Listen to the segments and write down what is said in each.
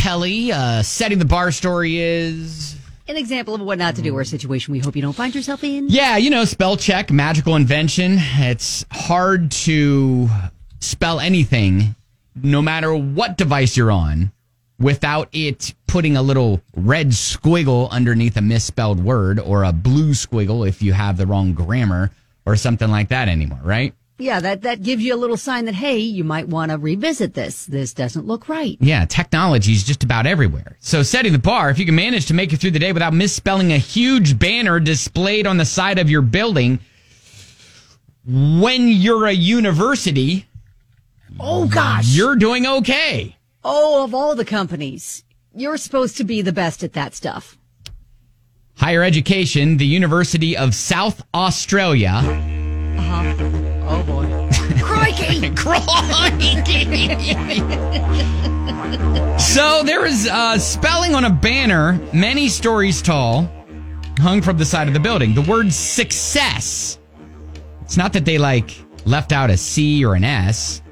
Kelly. Uh, setting the bar story is. An example of what not to do or a situation we hope you don't find yourself in. Mm. Yeah, you know, spell check, magical invention. It's hard to spell anything, no matter what device you're on, without it putting a little red squiggle underneath a misspelled word or a blue squiggle if you have the wrong grammar or something like that anymore, right? Yeah, that, that gives you a little sign that, hey, you might want to revisit this. This doesn't look right. Yeah, technology is just about everywhere. So, setting the bar, if you can manage to make it through the day without misspelling a huge banner displayed on the side of your building when you're a university, Oh gosh. you're doing okay. oh, of all the companies, you're supposed to be the best at that stuff. Higher education, the University of South Australia. Oh boy. Crikey! So there was uh, spelling on a banner many stories tall hung from the side of the building. The word success. It's not that they like left out a C or an S.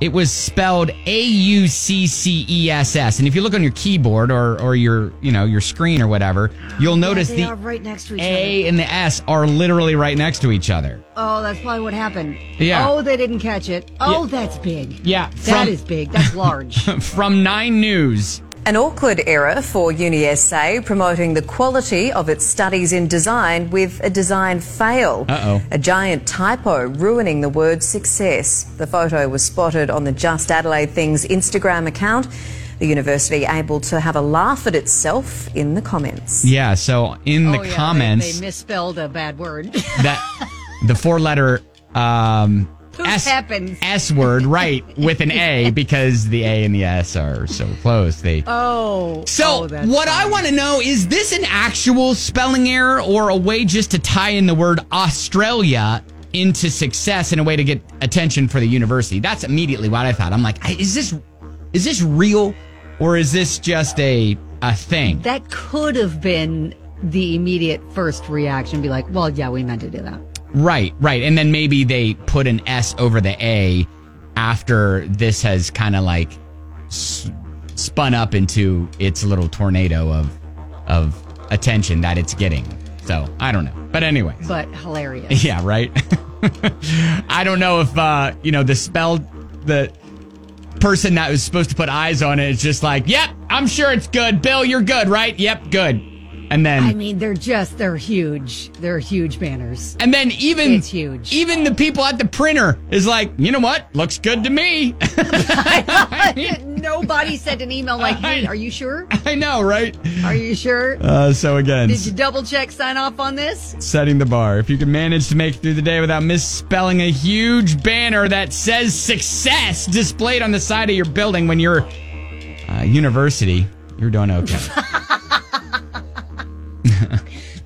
It was spelled A U C C E S S. And if you look on your keyboard or, or your, you know, your screen or whatever, you'll notice they are the right next to each A and the S are literally right next to each other. other. Oh, that's probably what happened. Yeah. Oh, they didn't catch it. Oh, that's big. Yeah, That from- is big. That's large. From 9 News. An awkward error for UniSA promoting the quality of its studies in design with a design fail. Uh-oh. A giant typo ruining the word success. The photo was spotted on the Just Adelaide Things Instagram account. The university able to have a laugh at itself in the comments. Yeah, so in the Oh, yeah, they- comments. They, misspelled a bad word. that the four letter um Who happens? S word right with an A because the A and the S are so close. They oh. so oh, that's what I want to know is this an actual spelling error or a way just to tie in the word Australia into success in a way to get attention for the university? That's immediately what I thought. I'm like, I- is this is this real or is this just a a thing? That could have been the immediate first reaction. Be like, well, yeah, we meant to do that. Right, right. And then maybe they put an S over the A after this has kind of like s- spun up into its little tornado of of attention that it's getting. So, I don't know. But anyway. But hilarious. Yeah, right. I don't know if uh, you know, the spell the person that was supposed to put eyes on it is just like, "Yep, I'm sure it's good. Bill, you're good, right? Yep, good." And then I mean, they're just, they're huge. They're huge banners. And then even It's huge. Even the people at the printer is like, you know what? Looks good to me. Nobody sent an email like, hey, are you sure? I know, right? Are you sure? Uh, so again, Did you double check sign off on this? setting the bar. If you can manage to make it through the day without misspelling a huge banner that says success displayed on the side of your building when you're uh, university, you're doing okay.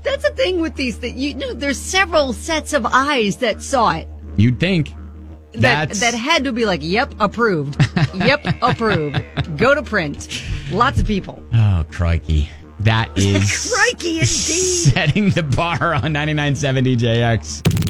That's the thing with these that you know there's several sets of eyes that saw it. You'd think. That That's that had to be like, yep, approved. yep, approved. Go to print. Lots of people. Oh, crikey. That is Crikey indeed. setting the bar on 99.7 DJX.